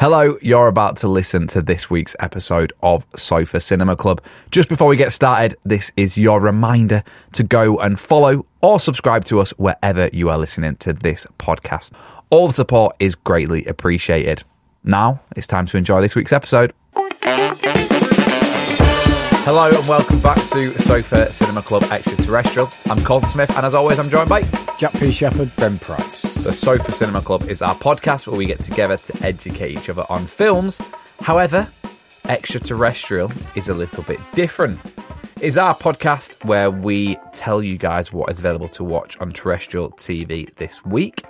Hello, you're about to listen to this week's episode of Sofa Cinema Club. Just before we get started, this is your reminder to go and follow or subscribe to us wherever you are listening to this podcast. All the support is greatly appreciated. Now it's time to enjoy this week's episode. Hello and welcome back to Sofa Cinema Club Extraterrestrial. I'm Colton Smith, and as always, I'm joined by Jack P. Shepherd. Ben Price. the Sofa Cinema Club is our podcast where we get together to educate each other on films. However, Extraterrestrial is a little bit different. It's our podcast where we tell you guys what is available to watch on terrestrial TV this week.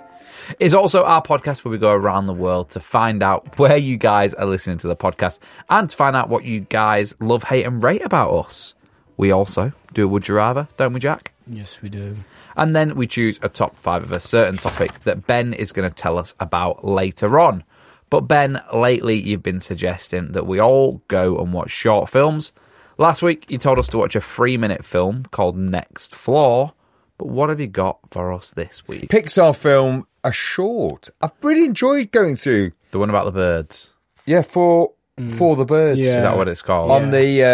It's also our podcast where we go around the world to find out where you guys are listening to the podcast and to find out what you guys love, hate, and rate about us. We also do a Would You Rather, don't we, Jack? Yes, we do. and then we choose a top five of a certain topic that Ben is going to tell us about later on. But Ben, lately you've been suggesting that we all go and watch short films. Last week you told us to watch a three minute film called Next Floor, but what have you got for us this week? Pixar film, A Short. I've really enjoyed going through. The one about the birds. Yeah, for for the birds. Is Mm. Yeah. that what it's called? On the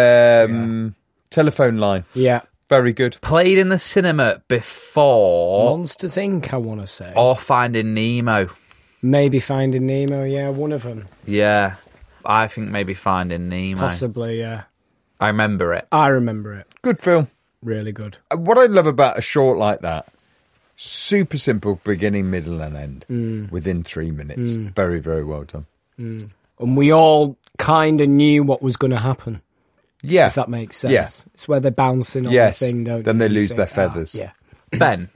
um, telephone line. Yeah. Very good. Played in the cinema before Monsters Inc., I want to say. or Finding Nemo. Oh. Maybe Finding Nemo, yeah, one of them. Yeah. I think maybe Finding Nemo. Possibly, yeah. I remember it. I remember it. Good film. Really good. Uh, What I love about a short like that, super simple beginning, middle, and end Mm. within three minutes. Very, very well done. And we all kind of knew what was going to happen, Yeah. if that makes sense. Yes. It's where they're bouncing on Yes. the thing, don't Then you? they You lose their ah, feathers. yeah. Ben,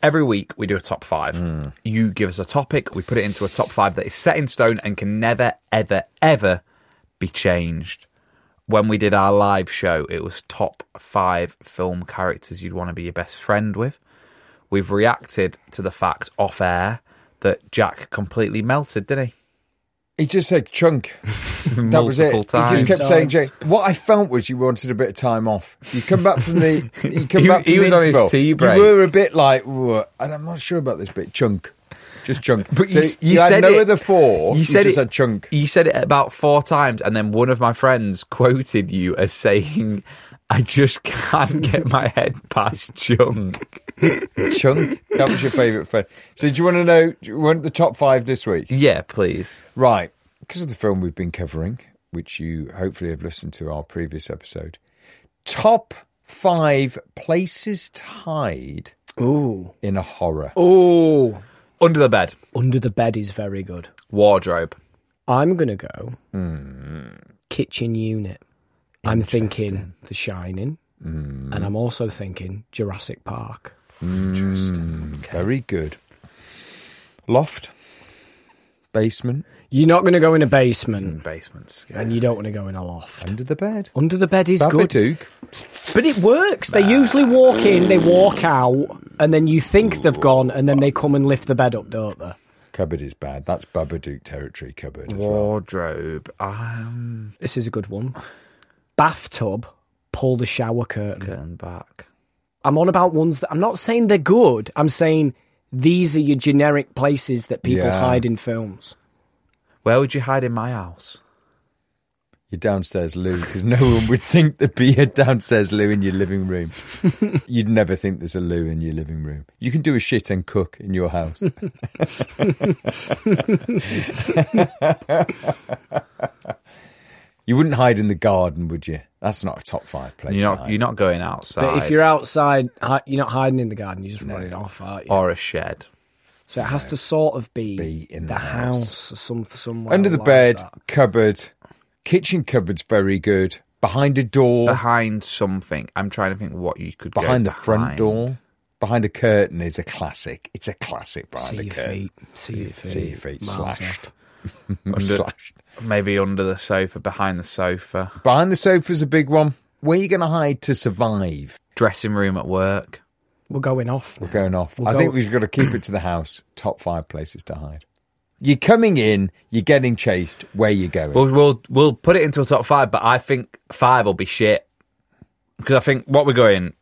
every week we do a top five. You give us a topic, we put it into a top five that is set in stone and can never, ever, ever be changed. When we did our live show, it was top five film characters you'd want to be your best friend with. We've reacted to the fact off air that Jack completely melted, didn't he? He just said chunk. That was Multiple it. times. He just kept Times. saying, Jake, what I felt was you wanted a bit of time off. You come back from the. You come He- back from he the was on his interval. tea break. You were a bit like, "Whoa," and I'm not sure about this bit. Chunk, just chunk. But So you, you, had said no it, other four. You said just it. had chunk. You said it about four times, and then one of my friends quoted you as saying, "I just can't get my head past junk." chunk. That was your favourite friend. So do you want to know? Do you want the top five this week? Yeah, please. Right, because of the film we've been covering, which you hopefully have listened to our previous episode. Top five places to hide Ooh. in a horror. Ooh. Under the bed, Under the bed is very good. wardrobe. I'm going to go Hmm. kitchen unit. I'm thinking The Shining. Hmm. And I'm also thinking Jurassic Park. Very good. Loft, basement, You're not going to go in a Hmm. basement, Basements. and you don't want to go in a loft. under the bed. Under the bed is good, Babadook. but it works. They usually walk in, they walk out, and then you think they've gone, and then they come and lift the bed up, don't they? Cupboard is bad. That's Babadook territory. Cupboard. As well. Wardrobe. Um, This is a good one. Bathtub, pull the shower curtain. curtain back. I'm on about ones that I'm not saying they're good. I'm saying these are your generic places that people Yeah. hide in films. Where would you hide in my house? Your downstairs loo, because no one would think there'd be a downstairs loo in your living room. You'd never think there's a loo in your living room. You can do a shit and cook in your house. you wouldn't hide in the garden, would you? That's not a top five place. You're to not. hide. You're not going outside. But if you're outside, hi- you're not hiding in the garden. You're just running off, aren't you? or a shed. So it has to sort of be, Oh, Be in the, the house, house. or some, somewhere. Under the like bed, that. cupboard, kitchen cupboard's very good. Behind a door, behind something. I'm trying to think what you could go behind the front behind. door, behind a curtain is a classic. It's a classic behind See a your curtain. feet. See your feet. See your feet Miles slashed. off. Under- slashed. maybe under the sofa, behind the sofa, Behind the sofa's a big one. Where are you going to hide to survive? dressing room at work. We're going off. We're now. going off. We'll I go- think we've got to keep it to the house. Top five places to hide. You're coming in. You're getting chased. Where you going? We'll, we'll we'll put it into a top five, but I think five will be shit because I think what we're going.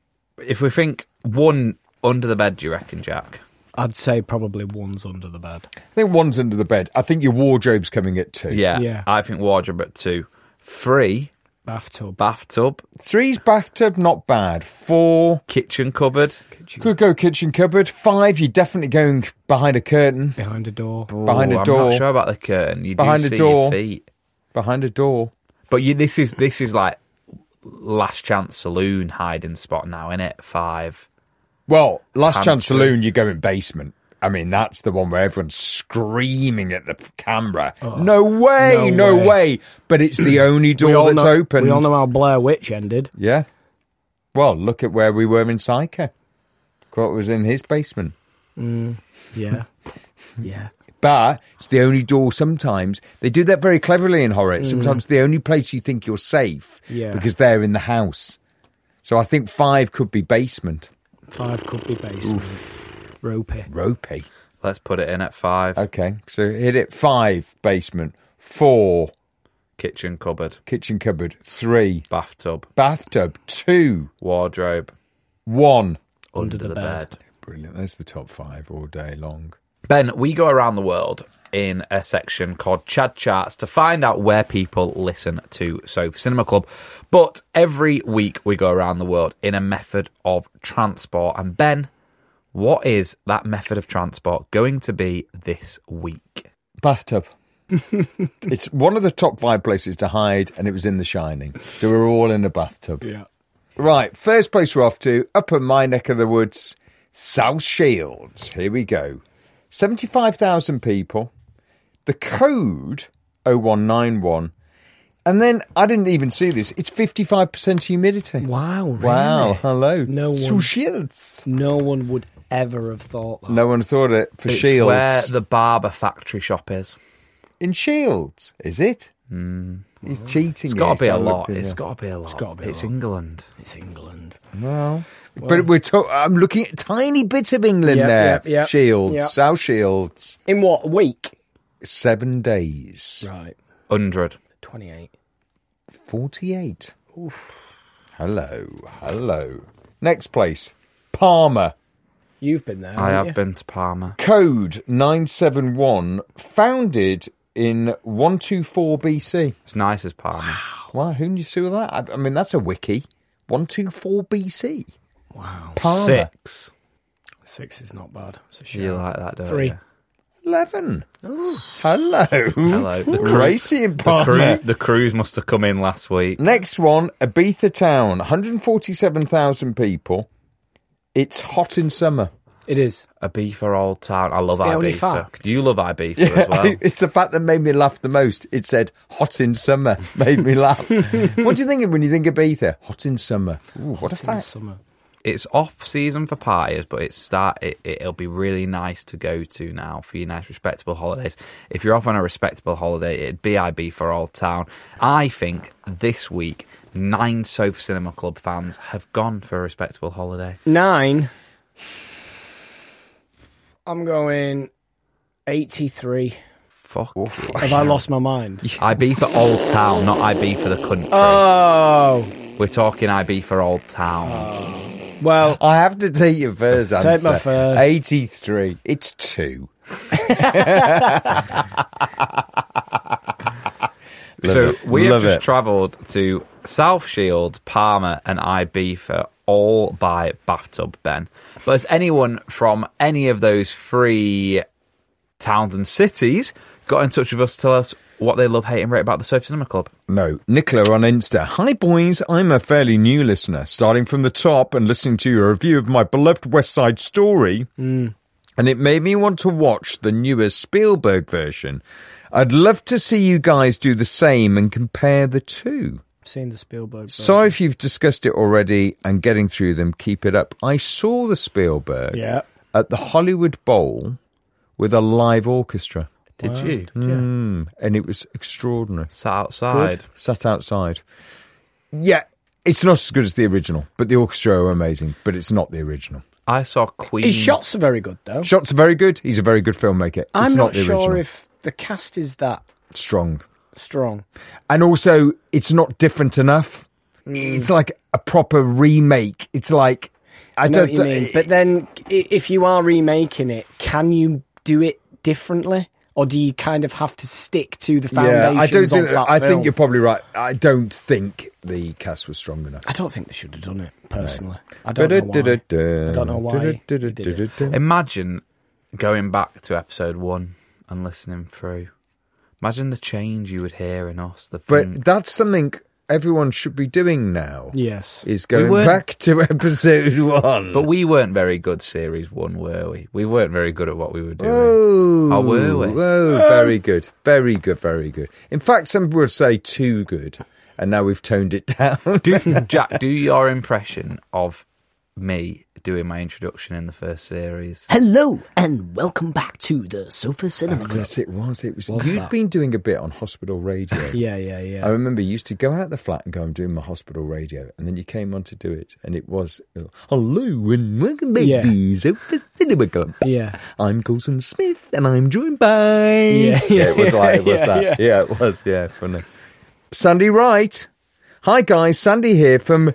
If we think one under the bed, do you reckon, Jack? I'd say probably one's under the bed. I think one's under the bed. I think your wardrobe's coming at two. Yeah, Yeah. I think wardrobe at two, three Bathtub. bathtub, Three's bathtub, not bad. Four, kitchen cupboard. could go kitchen cupboard. Five, you're definitely going behind a curtain, Behind a door. Behind a Ooh, I'm door. not sure about the curtain. You Behind do a see door. your feet, behind a door. but you, this is this is like last chance saloon hiding spot now, in it five. Well, last Pantry. chance saloon, you go in basement. I mean, that's the one where everyone's screaming at the camera. no no way, no, way." way. But it's the only We all door that's know, open. We all know how Blair Witch ended. Yeah. Well, look at where we were in Psyche. Look What was in his basement. Yeah. yeah. But it's the only door sometimes. They do that very cleverly in horror. It's sometimes the only place you think you're safe Yeah. because they're in the house. So I think five could be basement. Five could be basement. Ropey. Ropey. Let's put it in at five. Okay. So hit it five, basement. Four, Kitchen cupboard, kitchen cupboard. Three, bathtub, bathtub. Two, wardrobe, one. Under the bed. Brilliant. That's the top five all day long. Ben, we go around the world in a section called Chad Charts to find out where people listen to Sofa Cinema Club. But every week we go around the world in a method of transport. And Ben, what is that method of transport going to be this week? Bathtub. it's one of the top five places to hide, and it was in The Shining. So we're all in a bathtub. Yeah. Right, first place we're off to, up in my neck of the woods, South Shields. Here we go. 75,000 people. The code 0191. And then I didn't even see this. It's 55% humidity. Wow. Wow, really? hello. No one- South Shields. No one would ever have thought that. No one thought it for It's Shields. where the barber factory shop is. In Shields, is it? He's cheating. Hmm. It's got you, to be if a I looked lot. in It's there. got to be a lot. It's gotta be a lot. England. It's England. But we're to- I'm looking at a tiny bit of England Yep, there. yep, yep, Shields, yep. South Shields. In what week? Seven days. Right. 100. 28. 48. Hello, hello. Next place, Palmer. You've been there. I haven't have you? been to Parma. Code 971, founded in 124 BC. It's nice as Parma. Wow, who knew saw that? I, I mean, that's a wiki. 124 BC. Wow. Palmer. Six. Six is not bad. It's a You shame. like that, don't Three. you? 11. Hello. Hello. The cru- Gracie in The, Palmer. cru- the cruise must have come in last week. Next one, Ibiza Town, 147,000 people. It's hot in summer. It is. Ibiza Old Town. I love It's the Ibiza. only fact. Do you love Ibiza as well? it's the fact that made me laugh the most. It said hot in summer, made me laugh. what do you think of when you think Ibiza? Hot in summer. Ooh, what a It's in fact. summer. It's off season for parties, but it's start. It, it'll be really nice to go to now for your nice, respectable holidays. If you're off on a respectable holiday, it'd be Ibiza Old Town. I think this week nine Sofa Cinema Club fans have gone for a respectable holiday. Nine. I'm going 83. Fuck. Have I lost my mind? Ibiza Old Town, not Ibiza the country. Oh. We're talking Ibiza Old Town. Well, I have to take your first answer. Take my first. 83. It's two. So Love it. we Love have just it. travelled to South Shields, Palmer, and Ibiza, all by bathtub Ben. But has anyone from any of those three towns and cities got in touch with us to tell us what they love, hate, and rate about the Sofa Cinema Club? No, Nicola on Insta. Hi, boys. I'm a fairly new listener, starting from the top and listening to your review of my beloved West Side Story. and it made me want to watch the newer Spielberg version. I'd love to see you guys do the same and compare the two. I've seen the Spielberg. Sorry if you've discussed it already and getting through them, keep it up. I saw the Spielberg version. Yeah. at the Hollywood Bowl with a live orchestra, Did Wow. you? Mm, and it was extraordinary. Sat outside. Sat outside. Yeah, it's not as good as the original, but the orchestra are amazing, but it's not the original. I saw Queen. His shots are very good though. Shots are very good. He's a very good filmmaker. It's I'm not, the sure original. if the cast is that strong. strong. And also, it's not different enough. Mm. It's like a proper remake. It's like I I know don't. what you mean. But then, i- if you are remaking it, can you do it differently, or do you kind of have to stick to the yeah, foundations I don't. Think, of that I film? think you're probably right. I don't think the cast was strong enough. I don't think they should have done it personally. I don't know why. I don't know why. they did it. Imagine going back to episode one and listening through. Imagine the change you would hear in us. The thing- Mm. But that's something everyone should be doing now. Yes. Is going weren't- back to episode one. but we weren't very good series one, were we? We weren't very good at what we were doing. Oh, How were we? Ah. Whoa, very good, very good, very good. In fact, some would say too good, and now we've toned it down. Do Jack, do your impression of me doing my introduction in the first series. Hello and welcome back to the Sofa Cinema Club. Ah, yes, it was. It was. Was You'd that? been doing a bit on hospital radio. Yeah, yeah, yeah. I remember you used to go out the flat and go, I'm doing my hospital radio. And then you came on to do it, and it was, Hello and welcome back Yeah. to Sofa Cinema Club. yeah. I'm Colson Smith, and I'm joined by. Yeah, it was like it was yeah, that. yeah. Yeah. it was. Yeah, funny. Sandy Wright, hi guys, Sandy here from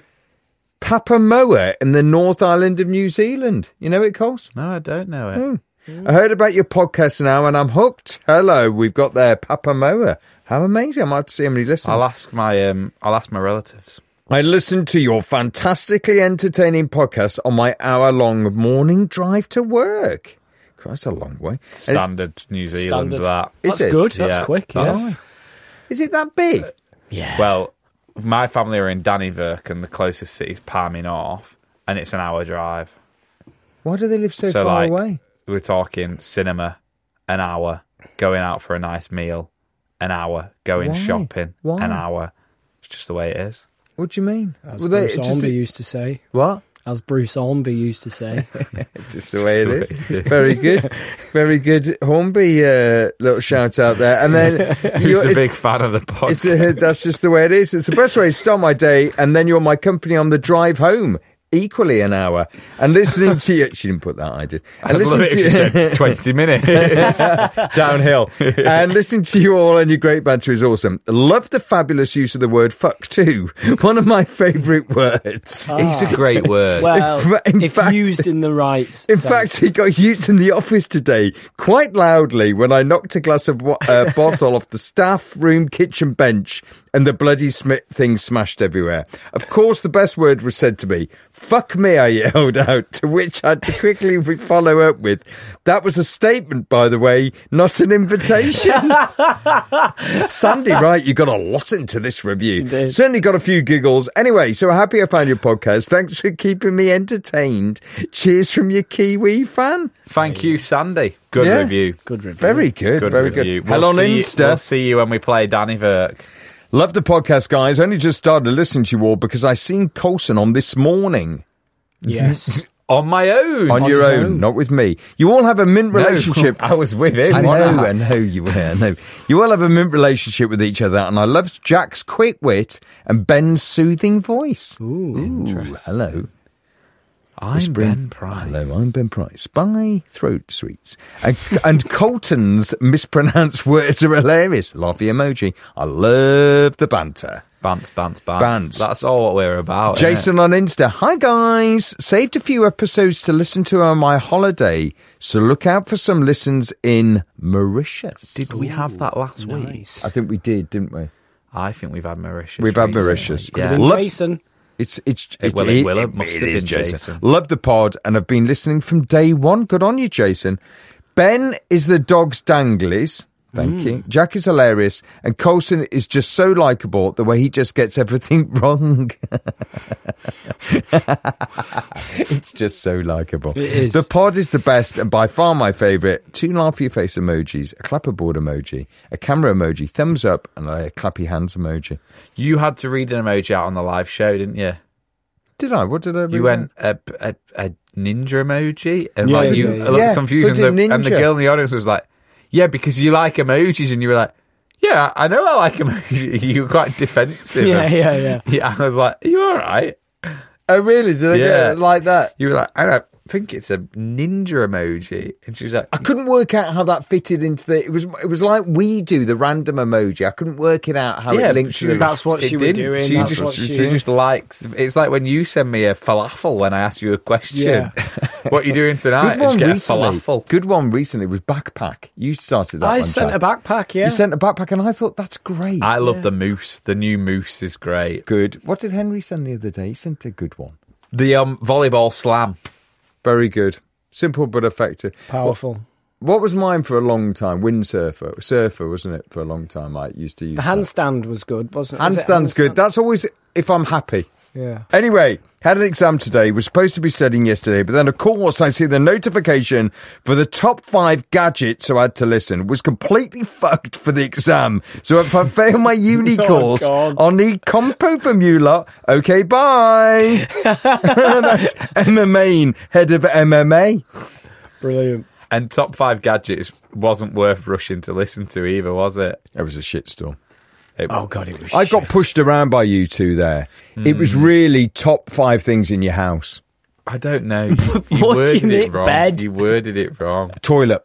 Papamoa in the North Island of New Zealand. You know it, Coles? No, I don't know it. Hmm. Mm. I heard about your podcast now, and I'm hooked. Hello, we've got there Papamoa. How amazing! I might have to see how many listens. I'll ask my um, I'll ask my relatives. I listened to your fantastically entertaining podcast on my hour-long morning drive to work. Christ, a long way. And Standard New Zealand. Standard. That Is That's it? good. That's Yeah, quick. that's- yes. Is it that big? Yeah. Well, my family are in Dannyvirk, and the closest city is Palmy North, and it's an hour drive. Why do they live so, so far like, away? we're talking cinema, an hour, going out for a nice meal, an hour, going Why? shopping, Why? an hour. It's just the way it is. What do you mean? as Well, they- Bruce it's Ormby just, used to say. what? As Bruce Ormby used to say. Just the way it is. Just the way it is. Very good, very good. Hornby uh, little shout out there, and then you- He's a it's- big fan of the It's podcast. a, that's just the way it is. It's the best way to start my day, and then you're my company on the drive home. Equally an hour, and listening to you. She didn't put that. I did. I And love it listening if you said 20 minutes. downhill. and listening to you all and your great banter is awesome. Love the fabulous use of the word "fuck" too. One of my favourite words. it's a great word. In well, fa- in if fact- used in the right. In fact, he got used in the office today quite loudly when I knocked a glass of wa- uh, bottle off the staff room kitchen bench and the bloody sm- thing smashed everywhere. Of course, the best word was said to me. Fuck me, I yelled out, to which I had to quickly re- follow up with, that was a statement, by the way, not an invitation. Sandy, right, you got a lot into this review. did. Certainly got a few giggles. Anyway, so happy I found your podcast. Thanks for keeping me entertained. Cheers from your Kiwi fan. Thank you, Sandy. Good Yeah. review. Good review. Very good, Good very review. good. Hell on see you- Insta. we'll see you when we play Dannyvirk. Love the podcast, guys. Only just started listening to you all because I seen Colson on this morning. Yes. On my own. On, your his own, own. not with me. You all have a mint No, relationship. I was with him. I wasn't know, I? I know you were. I know. You all have a mint relationship with each other, and I loved Jack's quick wit and Ben's soothing voice. Ooh, hello. I'm Whispering, Ben Price. Hello, I'm Ben Price. By Throat Sweets. And, and Colton's mispronounced words are hilarious. Laughy emoji. I love the banter. Bants, bants, bants. Bants. That's all what we're about. innit? Jason on Insta. Hi, guys. Saved a few episodes to listen to on my holiday, so look out for some listens in Mauritius. Did we have that last week? I Nice. think we did, didn't we? I think we've had Mauritius. We've had recently. Mauritius. Could Yeah. have been Lo- Love- Jason. It's it's it's well, it will have. Must have is been Jason. Love the pod and I've been listening from day one. Good on you, Jason. Ben is the dog's danglies. Thank Hmm. you. Jack is hilarious, and Colson is just so likable the way he just gets everything wrong. it's just so likable. It is. The pod is the best and by far my favourite. Two laugh your face emojis, a clapperboard emoji, a camera emoji, thumbs up, and a clappy hands emoji. You had to read an emoji out on the live show, didn't you? Did I? What did I? You read? went a, a, a ninja emoji, and Yeah, like you, yeah, yeah. a little Yeah, confused, and bloody the, and the ninja. girl in the audience was like, "Yeah, because you like emojis," and you were like, "Yeah, I know I like emojis." You were quite defensive. Yeah, yeah, yeah. Yeah, I was like, "Are you all right?" Oh, really? Did I Yeah. get it like that? You were like, "I don't think it's a ninja emoji," and she was like, "Oh, I couldn't work out how that fitted into the. It was it was like we do the random emoji. I couldn't work it out how Yeah, it linked she to the. was- That's what it she was didn't. doing, She that's just, what she, she- just likes. It's like when you send me a falafel when I ask you a question. Yeah. what are you doing tonight? Good I just one get a recently. falafel. Good one recently was backpack. You started that. I one, sent Jack. a backpack, yeah. You sent a backpack, and I thought that's great. I love the moose. The new moose is great. good. What did Henry send the other day? He sent a good one. The um, volleyball slam. Very good. Simple but effective. Powerful. What was mine for a long time? Windsurfer, surfer, wasn't it? For a long time, I used to use The that. handstand was good, wasn't it? Was it Handstand's good. handstand? That's always if I'm happy. Yeah. Anyway, had an exam today. Was supposed to be studying yesterday, but then of course I see the notification for the top five gadgets, so I had to listen. Was completely fucked for the exam. So if I fail my uni Oh, course, God. I'll need compo from you lot. Okay, bye. That's Emma Main, head of MMA. Brilliant. And top five gadgets wasn't worth rushing to listen to either, was it? It was a shitstorm. It- Oh, God, it was I got shit. Hmm. pushed around by you two there. It was really top five things in your house. I don't know. You, you What do worded you it mean, wrong. bed? You worded it wrong. Toilet.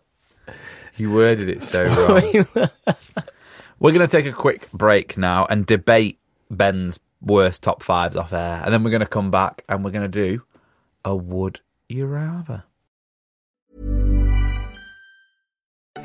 You worded it so wrong. we're going to take a quick break now and debate Ben's worst top fives off air, and then we're going to come back and we're going to do a would you rather.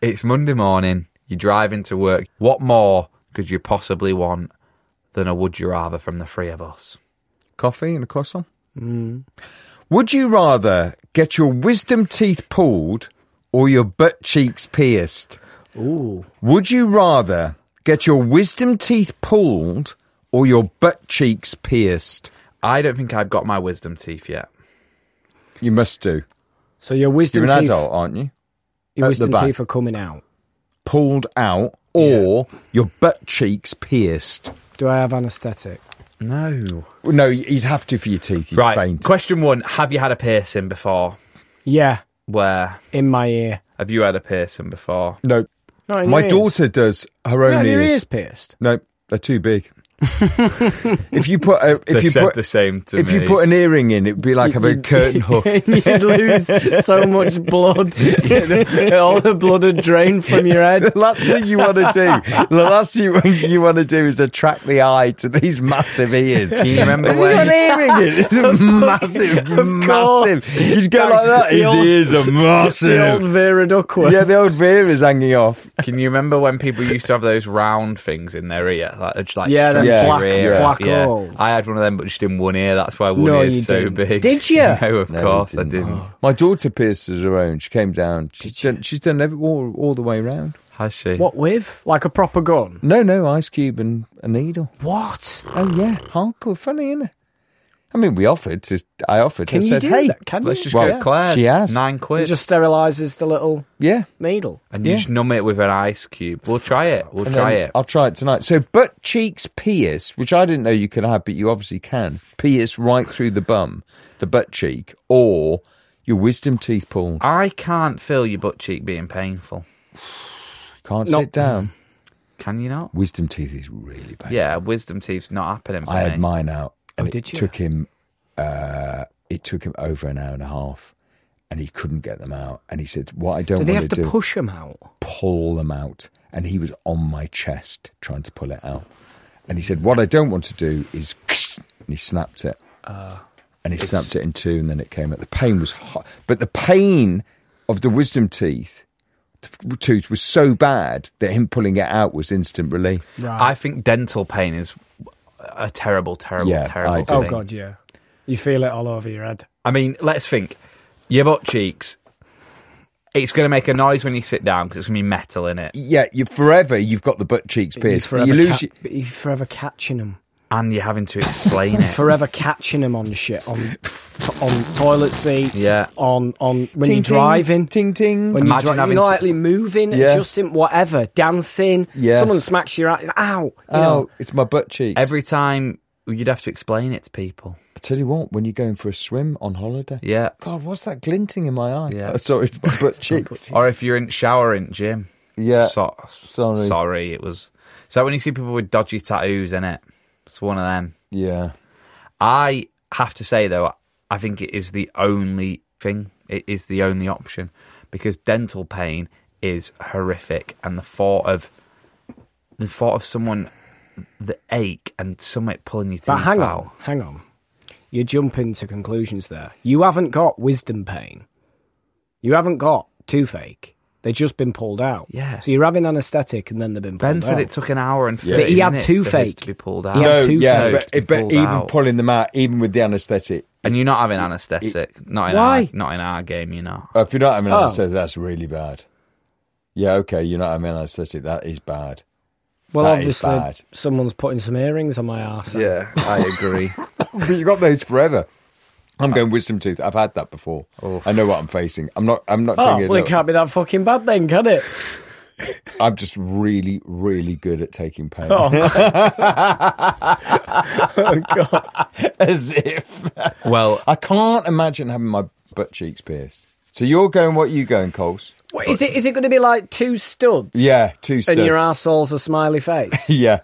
It's Monday morning. You're driving to work. What more could you possibly want than a would you rather from the three of us? Coffee and a croissant. Mm. Would you rather get your wisdom teeth pulled or your butt cheeks pierced? Ooh. Would you rather get your wisdom teeth pulled or your butt cheeks pierced? I don't think I've got my wisdom teeth yet. You must do. So your You're wisdom an teeth, adult, aren't you? your at the wisdom back. teeth are coming out. Pulled out or your butt cheeks pierced? Do I have anaesthetic? No. Well, No, you'd have to for your teeth. You'd Right. faint. Question one Have you had a piercing before? Yeah, Where? in my ear. Have you had a piercing before? No, Not in my Oh, your ears. daughter does her You don't own have your ears. ears pierced. No, they're too big. If you put a, if They you said put the same to if me. you put an earring in, it'd be like having a curtain hook. You'd lose so much blood. All the blood would drain from your head. The last thing you want to do, the last thing you, you want to do is attract the eye to these massive ears. Can you remember Has he when- got an earring in? It's a massive, massive. You'd go like that. The His old- ears are The old massive. Vera Duckworth. Yeah, the old veer is hanging off. Can you remember when people used to have those round things in their ear, like they'd just, like Yeah, them stretch your black- ear black out, yeah. holes. I had one of them, but just in one ear. That's why one No, ear's you so didn't. big. Did you? No, of No, you course I didn't. didn't. Oh. My daughter pierces her own. She came down. She's done, she's done every, all, all the way round. Has she? What with? Like a proper gun? No, no, ice cube and a needle. What? Oh yeah, hardcore, funny, innit? I mean, we offered to. I offered. Can I you said, do "Hey, that? Can Let's you? just Well, go to Claire's. she has. nine It quid, just sterilises the little yeah." needle. and you yeah. just numb it with an ice cube. We'll try it. We'll And try then it. I'll try it tonight. So, butt cheeks pierce, which I didn't know you could have, but you obviously can pierce right through the bum, the butt cheek, or your wisdom teeth pulled. I can't feel your butt cheek being painful. Can't No. sit down. Can you not? Wisdom teeth is really bad. Yeah, wisdom teeth's not happening. For I had me. mine out. And Oh, it did you? Took him. Uh, it took him over an hour and a half, and he couldn't get them out. And he said, "What I don't Do they want have to do, push him out? pull them out. And he was on my chest trying to pull it out. And he said, What I don't want to do is. And he snapped it. and he snapped it in two, and then it came out. The pain was hot. But the pain of the wisdom teeth the tooth was so bad that him pulling it out was instant relief. I think dental pain is a terrible, terrible, Yeah, terrible I do. thing. Oh god, yeah. You feel it all over your head. I mean, let's think. Your butt cheeks. It's going to make a noise when you sit down because it's going to be metal in it, Yeah, you forever you've got the butt cheeks pierced. but You lose. ca- your- but you're forever catching them. and you're having to explain it. Forever catching them on shit on t- on toilet seat. Yeah. On on when Ting, you're ting, driving. ting ting. When Imagine you're, dri- having you're to- lightly moving, Yeah. adjusting, whatever, dancing. Yeah. Someone smacks your eye. Ow! You Oh, know. it's my butt cheeks. Every time you'd have to explain it to people. I tell you what, when you're going for a swim on holiday, Yeah. God, what's that glinting in my eye? Yeah. Oh, sorry, it's my butt cheeks. Or if you're in shower in gym. Yeah. So- Sorry. Sorry, it was. So when you see people with dodgy tattoos in it, it's one of them. Yeah. I have to say though, I think it is the only thing. It is the only option because dental pain is horrific, and the thought of the thought of someone the ache and something pulling your teeth But hang out. on, hang on. You're jumping to conclusions there. You haven't got wisdom pain. You haven't got toothache. They've just been pulled out. Yeah. So you're having anaesthetic and then they've been pulled Ben out. said it took an hour and Yeah. fifty But he had minutes for his toothache. to be pulled He out. had No, two yeah, flames but, but pulled even out. pulling them out, even with the anaesthetic, and you're not having anaesthetic. not in Why? our, not in our game. You're not. uh, if you're not having Oh. anaesthetic, that's really bad. Yeah, okay, you're not having anaesthetic, that is bad. Well, That is obviously, bad. someone's putting some earrings on my arse. Yeah, I agree. But you got those forever. I'm going wisdom tooth. I've had that before. I know what I'm facing. I'm not. I'm not Oh, doing it. well, it no. can't be that fucking bad then, can it? I'm just really, really good at taking pain. As if well, I can't imagine having my butt cheeks pierced. So you're going? What are you going, Coles? What, is it? Is it going to be like two studs? Yeah, two studs. And your arsehole's a smiley face? Yeah.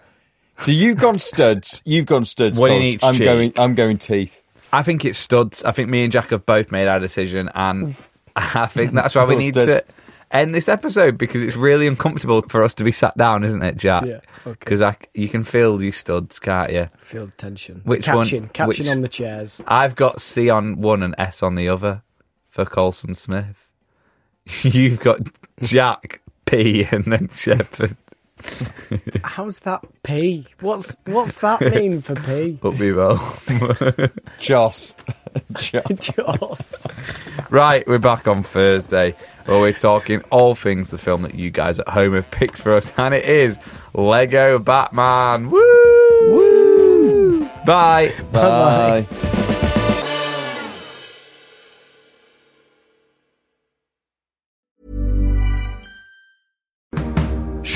So you've gone studs. You've gone studs. One in Coles. each I'm cheek. going. I'm going teeth. I think it's studs. I think me and Jack have both made our decision, and I think that's why we Well, need studs. to end this episode because it's really uncomfortable for us to be sat down, isn't it, Jack? Yeah, okay. Because you can feel these studs, can't you? I feel the tension. Which one- catching, Catching which- on the chairs. I've got C on one and S on the other for Colson Smith. You've got Jack P and then Shepherd. How's that P? What's what's that mean for P? Up we roll. Joss. Joss. Just. Right, we're back on Thursday where we're talking all things the film that you guys at home have picked for us, and it is Lego Batman. Woo! Woo! Bye. Bye.